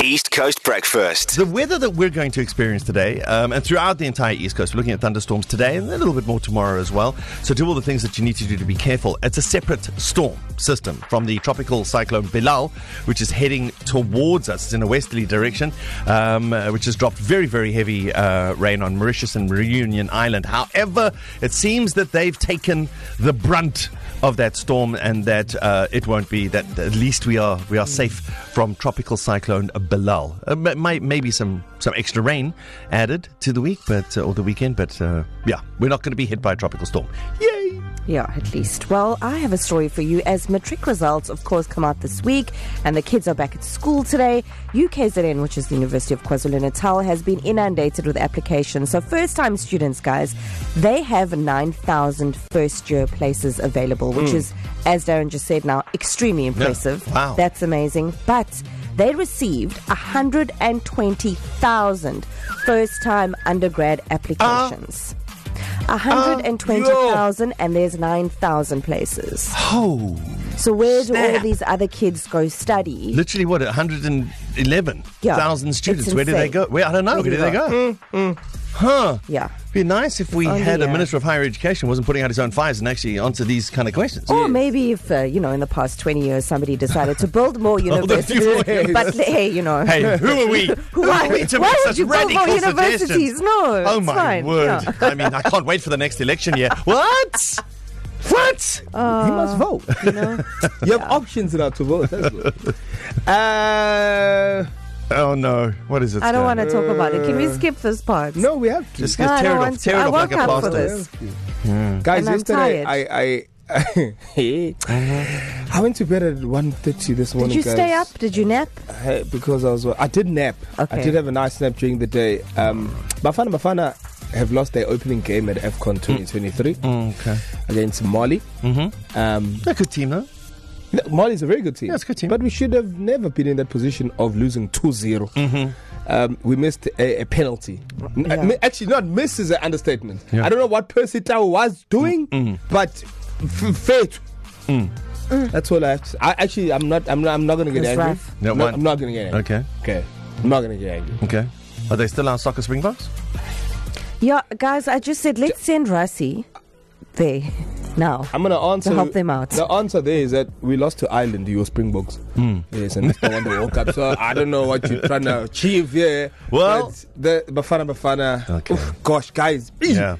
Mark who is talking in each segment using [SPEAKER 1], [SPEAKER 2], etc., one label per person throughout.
[SPEAKER 1] East Coast Breakfast.
[SPEAKER 2] The weather that we're going to experience today um, and throughout the entire East Coast, we're looking at thunderstorms today and a little bit more tomorrow as well. So, do all the things that you need to do to be careful. It's a separate storm system from the tropical cyclone Bilal, which is heading towards us. It's in a westerly direction, um, uh, which has dropped very, very heavy uh, rain on Mauritius and Reunion Island. However, it seems that they've taken the brunt of that storm and that uh, it won't be that at least we are we are safe from tropical cyclone Bilal. Uh, ma- may- maybe some some extra rain added to the week, but uh, or the weekend. But uh, yeah, we're not going to be hit by a tropical storm. Yay!
[SPEAKER 3] Yeah, at least. Well, I have a story for you as matric results, of course, come out this week and the kids are back at school today. UKZN, which is the University of KwaZulu Natal, has been inundated with applications. So, first time students, guys, they have 9,000 first year places available, which is, as Darren just said now, extremely impressive.
[SPEAKER 2] Wow.
[SPEAKER 3] That's that's amazing. But they received 120,000 first time undergrad applications. 120,000 and there's 9,000 places.
[SPEAKER 2] Oh,
[SPEAKER 3] So where do all
[SPEAKER 2] Snap.
[SPEAKER 3] these other kids go study?
[SPEAKER 2] literally what 111,000
[SPEAKER 3] Yeah, it's
[SPEAKER 2] students. Where do they
[SPEAKER 3] insane.
[SPEAKER 2] go?
[SPEAKER 3] Mm.
[SPEAKER 2] Where I don't know. Where,
[SPEAKER 3] Where
[SPEAKER 2] do
[SPEAKER 3] do
[SPEAKER 2] they go? Huh?
[SPEAKER 3] Yeah.
[SPEAKER 2] Be nice if we
[SPEAKER 3] Only,
[SPEAKER 2] had a
[SPEAKER 3] uh,
[SPEAKER 2] minister of higher education wasn't putting out his own fires and actually answer these kind of questions.
[SPEAKER 3] Or maybe if, uh, you know, in the past 20 years somebody decided to build more
[SPEAKER 2] Build a few
[SPEAKER 3] universities.
[SPEAKER 2] more
[SPEAKER 3] but hey, you know.
[SPEAKER 2] Hey, who are we? Who
[SPEAKER 3] Why-
[SPEAKER 2] are we to
[SPEAKER 3] why
[SPEAKER 2] make
[SPEAKER 3] would
[SPEAKER 2] such
[SPEAKER 3] you build
[SPEAKER 2] radical
[SPEAKER 3] more universities?
[SPEAKER 2] suggestions?
[SPEAKER 3] No,
[SPEAKER 2] Oh
[SPEAKER 3] it's
[SPEAKER 2] my
[SPEAKER 3] fine.
[SPEAKER 2] word!
[SPEAKER 3] Yeah.
[SPEAKER 2] I mean, I can't wait for the next election year. What? What?
[SPEAKER 3] Oh.
[SPEAKER 4] he must vote. You
[SPEAKER 3] Uh, know?
[SPEAKER 4] have options now to vote. That's good. Uh,
[SPEAKER 2] Oh no! What is it?
[SPEAKER 3] I don't want
[SPEAKER 2] to.
[SPEAKER 3] to talk about it. Can we skip this part?
[SPEAKER 4] no, we have to.
[SPEAKER 2] Just
[SPEAKER 3] No, I
[SPEAKER 2] Uh, tear it
[SPEAKER 3] don't
[SPEAKER 2] off.
[SPEAKER 3] want to.
[SPEAKER 2] Tear it
[SPEAKER 3] I
[SPEAKER 2] off like
[SPEAKER 3] woke
[SPEAKER 2] a
[SPEAKER 3] up for
[SPEAKER 2] plaster.
[SPEAKER 3] this.
[SPEAKER 4] Guys,
[SPEAKER 3] And I'm
[SPEAKER 4] yesterday
[SPEAKER 3] tired. Uh-huh.
[SPEAKER 4] I I I, I went to bed at 1.30 this
[SPEAKER 3] Did
[SPEAKER 4] morning.
[SPEAKER 3] you stay
[SPEAKER 4] guys.
[SPEAKER 3] up? Did you nap?
[SPEAKER 4] Hey, because I was I did nap.
[SPEAKER 3] Okay.
[SPEAKER 4] I did have a nice nap during the day. Um, Bafana Bafana have lost their opening game at AFCON
[SPEAKER 3] Mm.
[SPEAKER 4] 2023
[SPEAKER 2] Okay.
[SPEAKER 4] against Mali. Mm-hmm. Um,
[SPEAKER 2] They're a good team, though.
[SPEAKER 4] Mali's a very good team.
[SPEAKER 2] Yeah, it's a good team.
[SPEAKER 4] But we should have never been in that position of losing 2-0.
[SPEAKER 2] Mm-hmm.
[SPEAKER 4] Um, we missed a, a penalty. N-
[SPEAKER 3] Yeah.
[SPEAKER 4] mi- Actually, not miss is an understatement.
[SPEAKER 2] Yeah. Mm-hmm.
[SPEAKER 4] I don't know what Percy Tau was doing, but f- fate.
[SPEAKER 2] Mm.
[SPEAKER 4] That's all I have to say. I, actually, I'm not. I'm not. I'm not going to get
[SPEAKER 3] That's
[SPEAKER 4] angry.
[SPEAKER 3] rough.
[SPEAKER 2] No,
[SPEAKER 4] No,
[SPEAKER 2] one.
[SPEAKER 4] I'm not going to get angry.
[SPEAKER 2] Okay.
[SPEAKER 4] Okay. I'm not going to get angry.
[SPEAKER 2] Okay. Are they still on soccer Springboks?
[SPEAKER 3] Yeah, guys, I just said let's send Rasi there now.
[SPEAKER 4] I'm gonna answer.
[SPEAKER 3] To help them out.
[SPEAKER 4] The answer there is that we lost to Ireland, your Springboks.
[SPEAKER 2] Hmm.
[SPEAKER 4] Yes, and they won the World Cup. So I don't know what you're trying to achieve here.
[SPEAKER 2] Well-
[SPEAKER 4] but the Bafana Bafana.
[SPEAKER 2] Okay.
[SPEAKER 4] Oof, gosh, guys.
[SPEAKER 2] Yeah.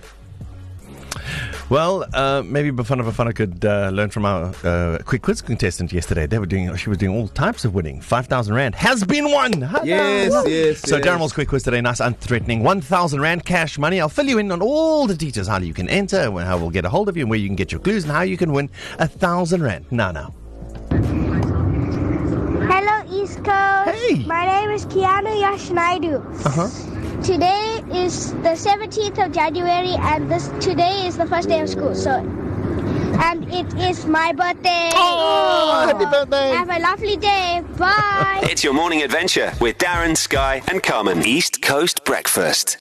[SPEAKER 2] Well, uh, maybe Bafana Bafana could uh, learn from our uh, quick quiz contestant yesterday. They were doing; she was doing all types of winning. Five thousand rand has been won. Hello.
[SPEAKER 4] Yes, yes,
[SPEAKER 2] So
[SPEAKER 4] yes.
[SPEAKER 2] Darren's quick quiz today, nice, unthreatening. One thousand rand cash money. I'll fill you in on all the details: how you can enter, and how we'll get a hold of you, and where you can get your clues, and how you can win a thousand rand. Now, now.
[SPEAKER 5] Hello, East Coast.
[SPEAKER 2] Hey. Uh-huh.
[SPEAKER 5] My name is Kiana Yashnaidu. Today is the 17th of January, and this today is the first day of school. So, and it is my birthday.
[SPEAKER 2] Oh, happy birthday.
[SPEAKER 5] Have a lovely day. Bye.
[SPEAKER 1] It's your morning adventure with Darren, Sky, and Carmen. East Coast Breakfast.